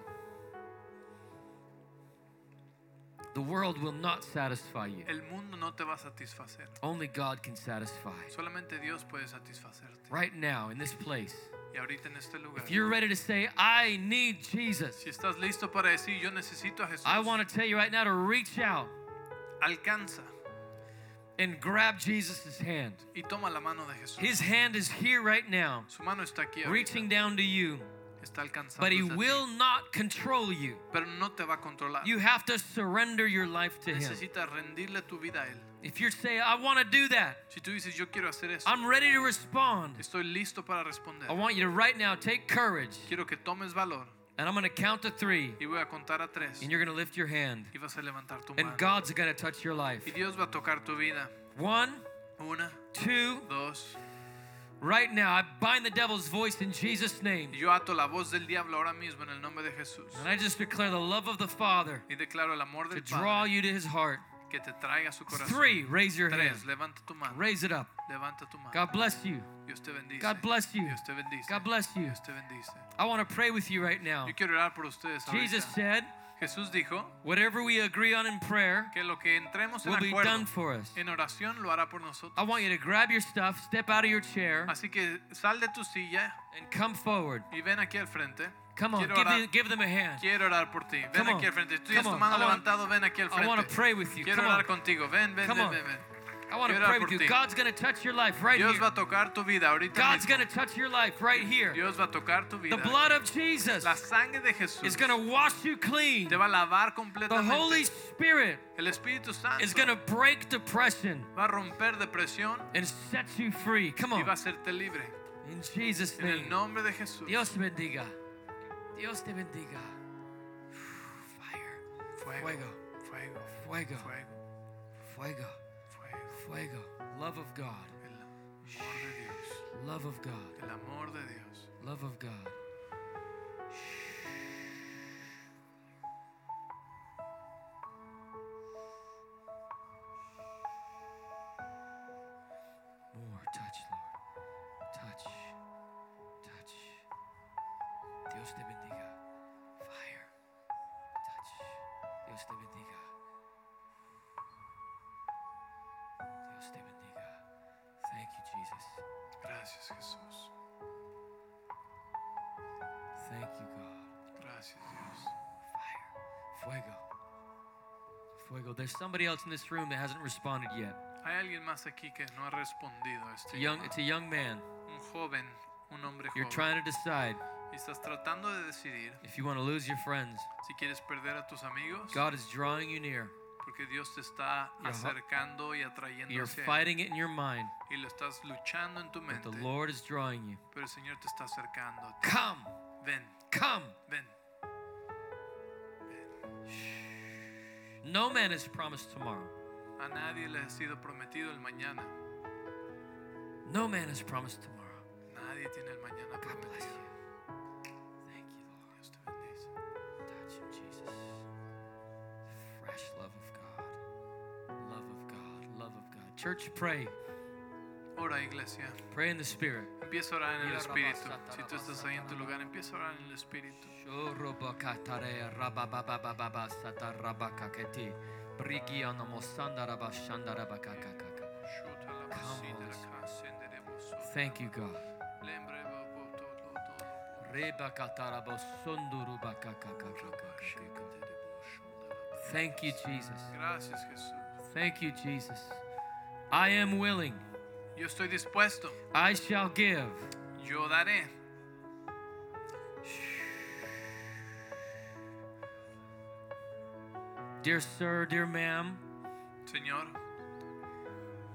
The world will not satisfy you,
El mundo no te va a satisfacer.
only God can satisfy.
Solamente Dios puede satisfacerte.
Right now, in this place,
Y ahorita en este lugar,
if you're ready to say, I need Jesus,
si estás listo para decir, yo necesito a Jesús,
I want to tell you right now to reach out
alcanza
and grab Jesus' hand.
y toma la mano de Jesús.
His hand is here right now,
Su mano está aquí, ahorita,
reaching down to you,
está alcanzando.
but He will not control you.
pero no te va a controlar.
You have to surrender your life to Him.
Necesitas rendirle tu vida a Él.
If you're saying, I want to do that,
Si tú dices, yo quiero hacer eso,
I'm ready to respond,
estoy listo para responder.
I want you to right now take courage
Quiero que tomes valor
and I'm going to count to three
y voy a contar a tres
and you're going to lift your hand
y vas a levantar tu mano.
and God's going to touch your life.
Y Dios va a tocar tu vida.
One,
Una,
two,
dos,
Right now, I bind the devil's voice in Jesus' name.
Y yo ato la voz del diablo ahora mismo en el nombre de Jesús.
And I just declare the love of the Father
Y declaro el amor
to
del
draw
Padre
you to his heart.
que te traiga a su corazón.
Three, raise your hand.
Tres, levanta tu mano.
Raise it up.
Levanta tu mano.
God bless you.
Dios te bendice.
God bless you.
Dios te bendice.
God bless you.
Dios te bendice.
I want to pray with you right now.
Yo quiero orar por ustedes ahorita.
Jesus said,
Jesús dijo
whatever we agree on in prayer
que lo que entremos en
will be
acuerdo
done for us.
en oración lo hará por nosotros.
I want you to grab your stuff, step out of your chair,
Así que sal de tu silla
and come forward.
y ven aquí al frente.
Come on,
quiero,
give,
orar,
them- give them a hand.
quiero orar por ti. Ven
Come
aquí
on.
al frente. Si tú tienes
Come
tu
on.
mano
I want-
levantada, ven aquí al
I
frente.
want to pray with you.
quiero
Come on.
orar contigo. Ven, ven,
Come
ven,
on.
ven, ven.
I want to
quiero orar
pray
por
with
ti.
you. God's going to touch your life right
Dios va
here.
a tocar tu vida ahorita
God's
mismo.
going to touch your life right here.
Dios va a tocar tu vida.
The blood of Jesus
La sangre de
is
Jesús
going to wash you clean.
te va a lavar
The
completamente.
Holy Spirit
El Espíritu
is
Santo
going to break depression
va a romper depresión
and set you free. Come
y va a
on.
hacerte libre.
In Jesus'
En el
name.
nombre de Jesús.
Dios te bendiga. Dios te bendiga. Fire.
Fuego.
Fuego.
Fuego. Fuego.
Fuego. Fuego.
Fuego.
Fuego. Love of God.
El amor de Dios.
Love of God.
El amor de Dios.
Love of God. More touch, Lord. Touch. Touch. Dios te bendiga. Fire. Touch. Dios te bendiga. Dios te bendiga. Thank you, Jesus.
Gracias Jesús.
Thank you, God.
Gracias Dios.
Fire. Fuego. Fuego. There's somebody else in this room that hasn't responded yet.
Hay alguien más aquí que no ha respondido a
It's
este
a young,
llamado.
it's a young man.
Un joven, un hombre
You're
joven.
trying to decide
Y estás tratando de decidir
if you want to lose your friends.
si quieres perder a tus amigos
God is drawing you near.
porque Dios te está
Your heart-
acercando y atrayendo
You're
hacia él.
fighting it in your mind,
y lo estás luchando en tu
but
mente,
the Lord is drawing you.
pero el Señor te está acercando.
Come,
Ven,
come.
ven.
No man is promised tomorrow.
A nadie le ha sido prometido el mañana.
No man is promised tomorrow.
Nadie tiene el mañana
God bless
prometido.
you. Thank you, Lord.
Dios te bendice.
Touch him, Jesus. Fresh love of God. Love of God. Love of God. Church, pray.
Ora, iglesia.
Pray in the Spirit.
Empieza a orar en el
Mira,
Espíritu.
rabasata,
Si tú estás ahí en tu lugar, empieza a orar en el Espíritu.
Shorobakatare rabababababa satarabakaketi. Brigionomossandarabashandarabakakakaka. Thank you, God. Rebakatarabosundurubakakakakakaka. Thank you, Jesus.
Gracias, Jesús.
Thank you, Jesus. I am willing.
Yo estoy dispuesto.
I shall give.
Yo daré.
Dear sir, dear ma'am,
Señor,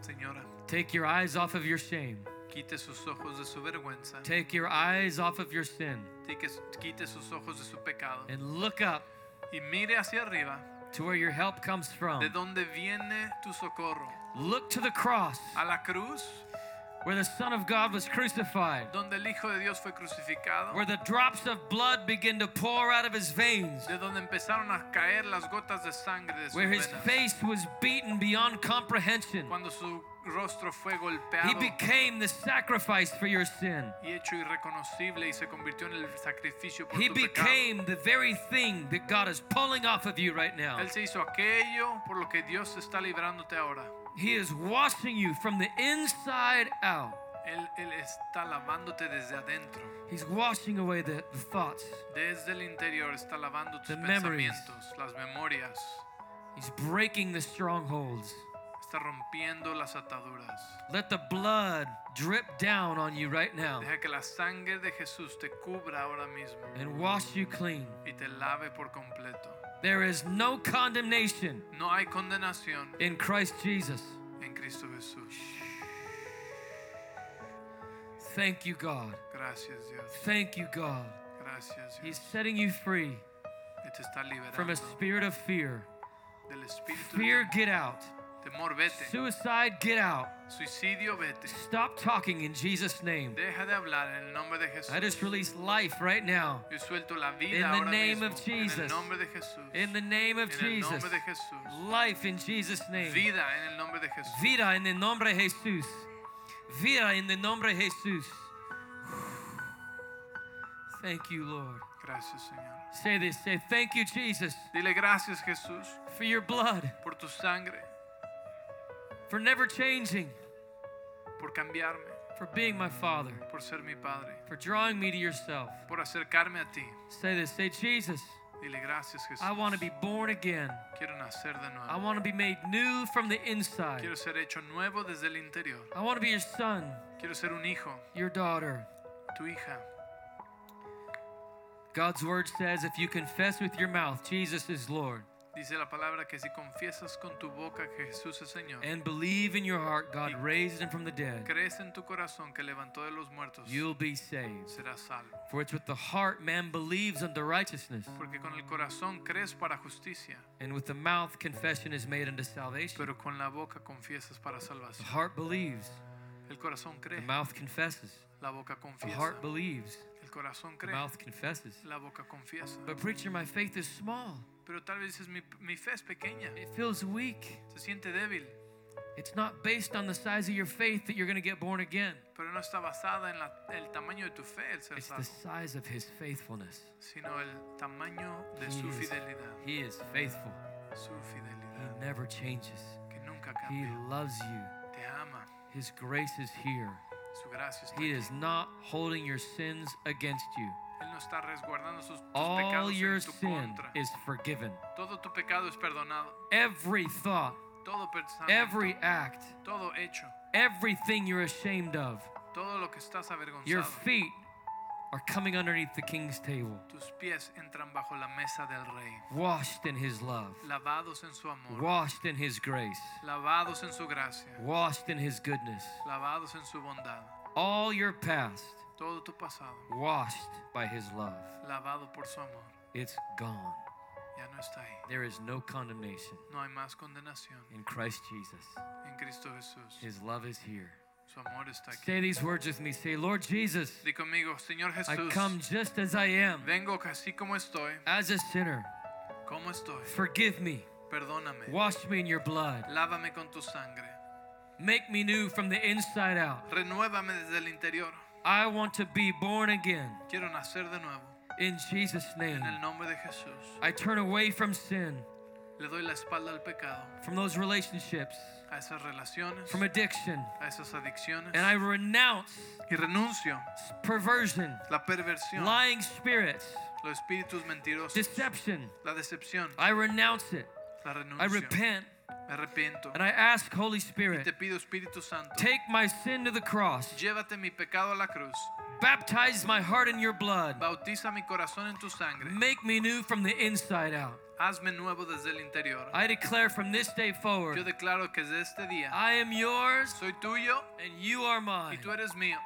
señora,
take your eyes off of your shame.
quite sus ojos de su vergüenza.
Take your eyes off of your sin
Tique- Quite sus ojos de su pecado.
and look up
Y mire hacia arriba,
to where your help comes
de
from.
donde viene tu socorro.
Look to the cross
A la cruz,
where the Son of God was crucified,
donde el Hijo de Dios fue crucificado.
where the drops of blood begin to pour out of his veins,
de donde empezaron a caer las gotas de sangre de sus
where his
venas.
face was beaten beyond comprehension.
cuando su rostro fue
He
golpeado
became the sacrifice for your sin.
y hecho irreconocible y se convirtió en el sacrificio por
He
tu pecado.
became the very thing that God is pulling off of you right now.
Él se hizo aquello por lo que Dios está librándote ahora.
He is washing you from the inside out.
Él, Él está lavándote desde adentro.
He's washing away the, the thoughts.
Desde el interior está lavando tus
The memories.
pensamientos, las memorias.
He's breaking the strongholds.
Está rompiendo las ataduras.
Let the blood drip down on you right now
Deja que la sangre de Jesús te cubra ahora mismo
and wash you clean.
y te lave por completo.
There is no condemnation
No hay condenación
in Christ Jesus.
en Cristo Jesús.
Thank you, God.
Gracias Dios,
Thank you, God.
gracias
He's
Dios.
setting you free
Y te está
from
liberando
a spirit of fear.
del espíritu. del
Fear,
temor.
get out.
Temor, vete.
Suicide, get out.
Suicidio, vete.
Stop talking in Jesus' name.
Deja de hablar en el nombre de Jesús.
I just release life right now.
Yo suelto la
In
vida
the
ahora
name
mismo.
of
En el
Jesus.
nombre de Jesús.
In the name of
en el
Jesus.
nombre de Jesús.
Life in Jesus' name.
Vida en el nombre de Jesús.
Vida en el nombre de Jesús. Vida en el nombre de Jesús. Thank you, Lord.
Gracias, Señor.
Say this. Say, thank you, Jesus,
Dile gracias, Jesús,
for your blood,
por tu sangre,
for never changing,
por cambiarme,
for being my Father,
por ser mi Padre,
for drawing me to yourself.
por acercarme a ti.
Say this. Say, Jesus,
Dile gracias, Jesús.
I want to be born again.
Quiero nacer de
I
nuevo.
want to be made new from the inside.
Quiero ser hecho nuevo desde el interior.
I want to be your son,
Quiero ser un hijo,
your daughter.
tu hija.
God's word says if you confess with your mouth Jesus is Lord
Dice la palabra que si confiesas con tu boca que Jesús es Señor,
and believe in your heart God raised him from the dead,
crees en tu corazón que levantó de los muertos,
you'll be saved.
serás salvo.
For it's with the heart man believes unto righteousness,
Porque con el corazón crees para justicia,
and with the mouth confession is made unto salvation.
pero con la boca confiesas para
The
salvación.
heart believes,
El corazón
the
cree,
mouth confesses.
la boca
The
confiesa.
heart believes,
El corazón
the
cree,
mouth confesses.
la boca confiesa.
But preacher, my faith is small.
Pero tal vez es mi, mi fe es pequeña,
It feels weak.
se siente débil,
It's not based on the size of your faith that you're going to get born again.
pero no está basada en la- el tamaño de tu fe, el ser
It's the
salvo,
size of his faithfulness.
sino el tamaño de su
Yes.
fidelidad.
He is faithful.
Su
He
fidelidad,
never changes.
que nunca
He
cambia.
loves you.
Te ama,
His grace is here.
su gracia está
He
aquí.
is not holding your sins against you.
Él no está resguardando sus tus
All
pecados
your
en tu
sin
contra.
is forgiven.
Todo tu pecado es perdonado.
Every thought,
Todo pensamiento,
every act,
todo hecho,
everything you're ashamed of,
todo lo que estás
your
avergonzado.
feet are coming underneath the king's table,
Tus pies entran bajo la mesa del rey,
washed in his love,
lavados en su amor,
washed in his grace,
lavados en su gracia,
washed in his goodness.
lavados en su bondad.
All your past,
Todo tu pasado,
washed by his love,
lavado por su amor,
it's gone.
ya no está ahí.
There is no condemnation
No hay más condenación
in Christ Jesus.
en Cristo Jesús.
His love is here.
Su amor está aquí.
Say these words with me. Say, Lord Jesus,
Di conmigo, Señor
I
Jesús,
come just as I am,
vengo así como estoy,
as a sinner.
como estoy.
Forgive me.
Perdóname.
Wash me in your blood.
Lávame con tu sangre.
Make me new from the inside out.
Renuévame desde el interior.
I want to be born again
Quiero nacer de nuevo.
in Jesus' name.
En el nombre de Jesús.
I turn away from sin,
Le doy la espalda al pecado,
from those relationships,
a esas relaciones,
from addiction,
a esas adicciones.
and I renounce
Y renuncio
perversion,
la perversión,
lying spirits,
los espíritus mentirosos,
deception.
la decepción.
I renounce it.
La
I
renuncio.
repent
Me arrepiento.
and I ask, Holy Spirit,
Te pido, Espíritu Santo,
take my sin to the cross.
llévate mi pecado a la cruz.
Baptize my heart in your blood.
Bautiza mi corazón en tu sangre.
Make me new from the inside out.
Hazme nuevo desde el interior.
I declare from this day
Yo
forward,
declaro que desde este día
I am yours
soy tuyo
and you are
y
mine.
tú eres mío.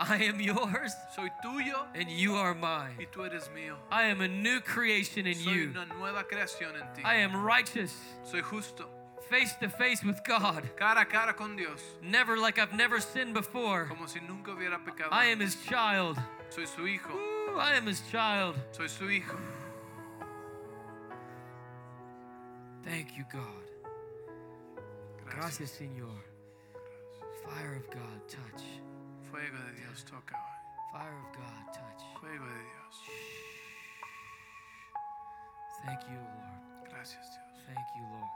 I am yours
Soy tuyo
and you are mine.
y tú eres mío.
I am a new creation in
Soy
you.
una nueva creación en ti.
I am righteous,
Soy justo,
face to face with God,
cara a cara con Dios,
never like I've never sinned before.
como si nunca hubiera pecado.
I am his child.
Soy su hijo,
Ooh, I am his child.
soy su hijo.
Thank you, God. Gracias, Señor. Fire of God, touch.
Fuego de Dios toca hoy.
Fire of God, touch.
Fuego de Dios.
Thank you, Lord.
Gracias, Dios.
Thank you, Lord.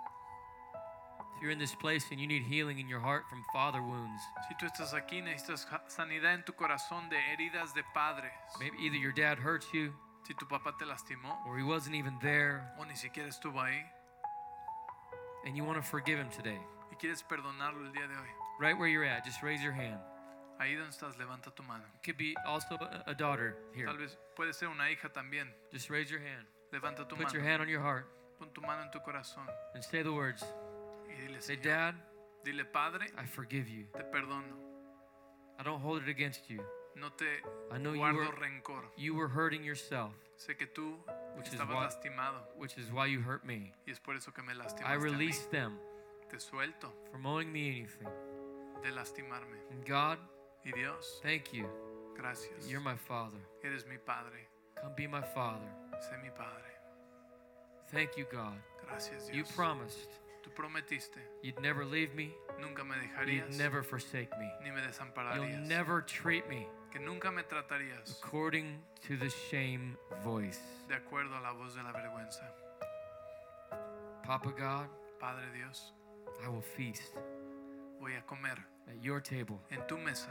If you're in this place and you need healing in your heart from father wounds,
Si tú estás aquí, necesitas ja- sanidad en tu corazón de heridas de padres.
maybe either your dad hurt you
Si tu papá te lastimó
or he wasn't even there,
o ni siquiera estuvo ahí
and you want to forgive him today,
y quieres perdonarlo el día de hoy,
right where you're at, just raise your hand.
ahí donde estás, levanta tu mano.
It could be also a, a daughter here.
Tal vez puede ser una hija también.
Just raise your hand.
Levanta tu
Put your
mano.
hand on your heart
Pon tu mano en tu corazón
and say the words.
y dile,
Say,
Señor,
Dad,
dile, Padre,
I forgive you.
te perdono.
I don't hold it against you.
No te
I know you
guardo
were-
rencor.
You were hurting yourself,
Sé que tú
Which is
estabas
why-
lastimado
which is why you hurt me.
y es por eso que me
I
lastimaste. a mí.
release them
Te suelto
from owing me anything.
de lastimarme.
And God,
Y Dios,
thank you.
gracias.
You're my father.
Eres mi Padre.
Come be my father.
Sé mi Padre.
Thank you, God.
Gracias
You
Dios.
promised
Tú prometiste.
you'd never leave me,
Nunca me
you'd
dejarías.
never forsake me.
Ni me
You'll
desampararías.
never treat me
Que nunca me tratarías
according to the shame voice.
de acuerdo a la voz de la vergüenza.
Papa God,
Padre Dios,
I will feast
voy a comer
at your table.
en tu mesa.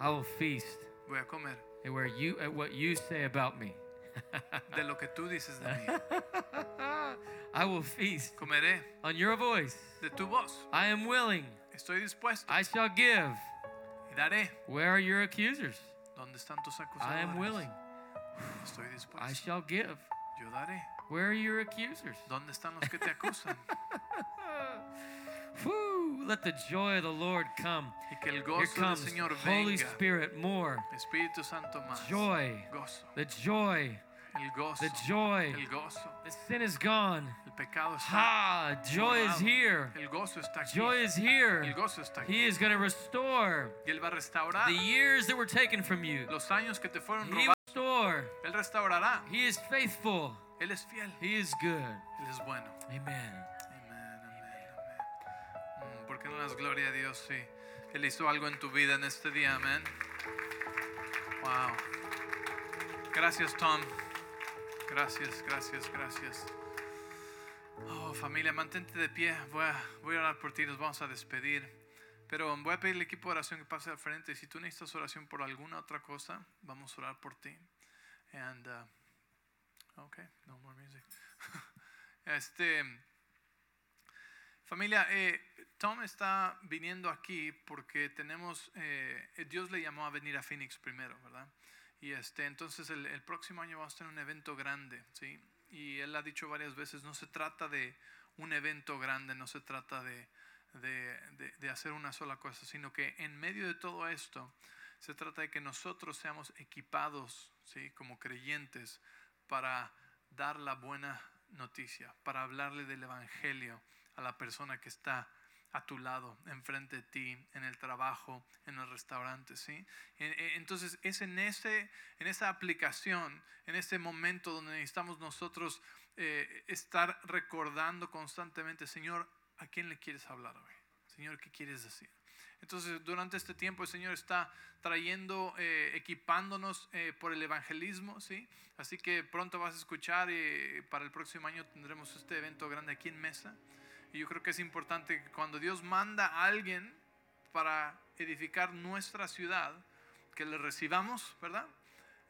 I will feast
Voy a comer
at where you at what you say about me.
de lo que tú dices de mí.
I will feast
Comeré
on your voice.
de tu voz.
I am willing.
Estoy dispuesto
I shall give.
y daré.
Where are your accusers?
¿Dónde están tus
I am willing.
acusadores? Estoy
I
dispuesto.
shall give.
Yo daré.
Where are your accusers?
¿Dónde están los que te acusan?
Whew, let the joy of the Lord come.
Y que el
Here
gozo del
comes
Señor
Holy
venga.
Spirit more.
Espíritu Santo más.
Joy.
Gozo.
The joy.
El gozo.
The joy.
El gozo.
The sin is gone.
El pecado está.
Ha! Joy is
borrado.
here.
El gozo está aquí.
Joy is
El
here.
gozo está aquí.
He is going to restore
Y Él va a restaurar
the years that were taken from you.
los años que te fueron
He
robados.
will restore.
Él restaurará.
He is faithful.
Él es fiel.
He is good.
Él es bueno.
Amen.
Amén, amén, amén. Mm, ¿Por qué no das gloria a Dios si Él hizo algo en tu vida en este día? Amén. Wow. Gracias, Tom. Gracias, gracias, gracias. Oh, familia, mantente de pie. Voy a, voy a orar por ti. Nos vamos a despedir. Pero voy a pedir al equipo de oración que pase al frente. Y Si tú necesitas oración por alguna otra cosa, vamos a orar por ti. And, uh, okay, no more music. este. Familia, eh, Tom está viniendo aquí porque tenemos, eh, eh, Dios le llamó a venir a Phoenix primero, ¿verdad? Y este, entonces el, el próximo año vamos a tener un evento grande, ¿sí? Y él ha dicho varias veces, no se trata de un evento grande, no se trata de, de- de- de hacer una sola cosa, sino que en medio de todo esto se trata de que nosotros seamos equipados, ¿sí? Como creyentes para dar la buena noticia, para hablarle del Evangelio a la persona que está a tu lado, enfrente de ti, en el trabajo, en el restaurante, ¿sí? En- en- Entonces es en, ese, en esa aplicación, en ese momento donde necesitamos nosotros eh, estar recordando constantemente, Señor, ¿a quién le quieres hablar hoy? Señor, ¿qué quieres decir? Entonces, durante este tiempo el Señor está trayendo, eh, equipándonos eh, por el evangelismo, ¿sí? Así que pronto vas a escuchar y para el próximo año tendremos este evento grande aquí en Mesa. Y yo creo que es importante que cuando Dios manda a alguien para edificar nuestra ciudad, que le recibamos, ¿verdad?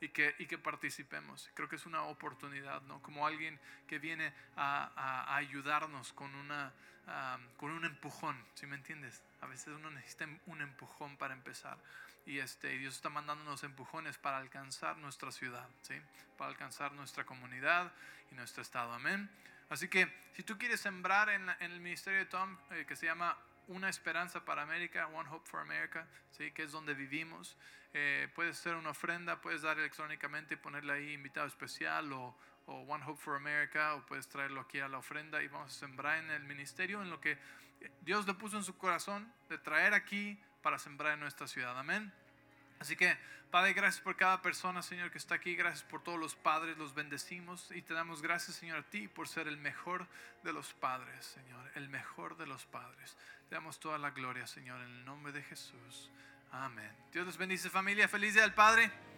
Y que, y que participemos. Creo que es una oportunidad, ¿no? Como alguien que viene a, a- a ayudarnos con, una, ah, con un empujón, ¿sí me entiendes? A veces uno necesita un empujón para empezar. Y este, y Dios está mandándonos empujones para alcanzar nuestra ciudad, ¿sí? Para alcanzar nuestra comunidad y nuestro estado. Amén. Así que si tú quieres sembrar en, la- en el ministerio de Tom, eh, que se llama Una Esperanza para América, One Hope for America, ¿sí? que es donde vivimos, eh, puedes hacer una ofrenda, puedes dar electrónicamente y ponerle ahí invitado especial o, o One Hope for America, o puedes traerlo aquí a la ofrenda y vamos a sembrar en el ministerio, en lo que Dios le puso en su corazón de traer aquí para sembrar en nuestra ciudad. Amén. Así que, Padre, gracias por cada persona, Señor, que está aquí. Gracias por todos los padres, los bendecimos y te damos gracias, Señor, a ti por ser el mejor de los padres, Señor, el mejor de los padres. Te damos toda la gloria, Señor, en el nombre de Jesús. Amén. Dios los bendice, familia. Feliz día del Padre.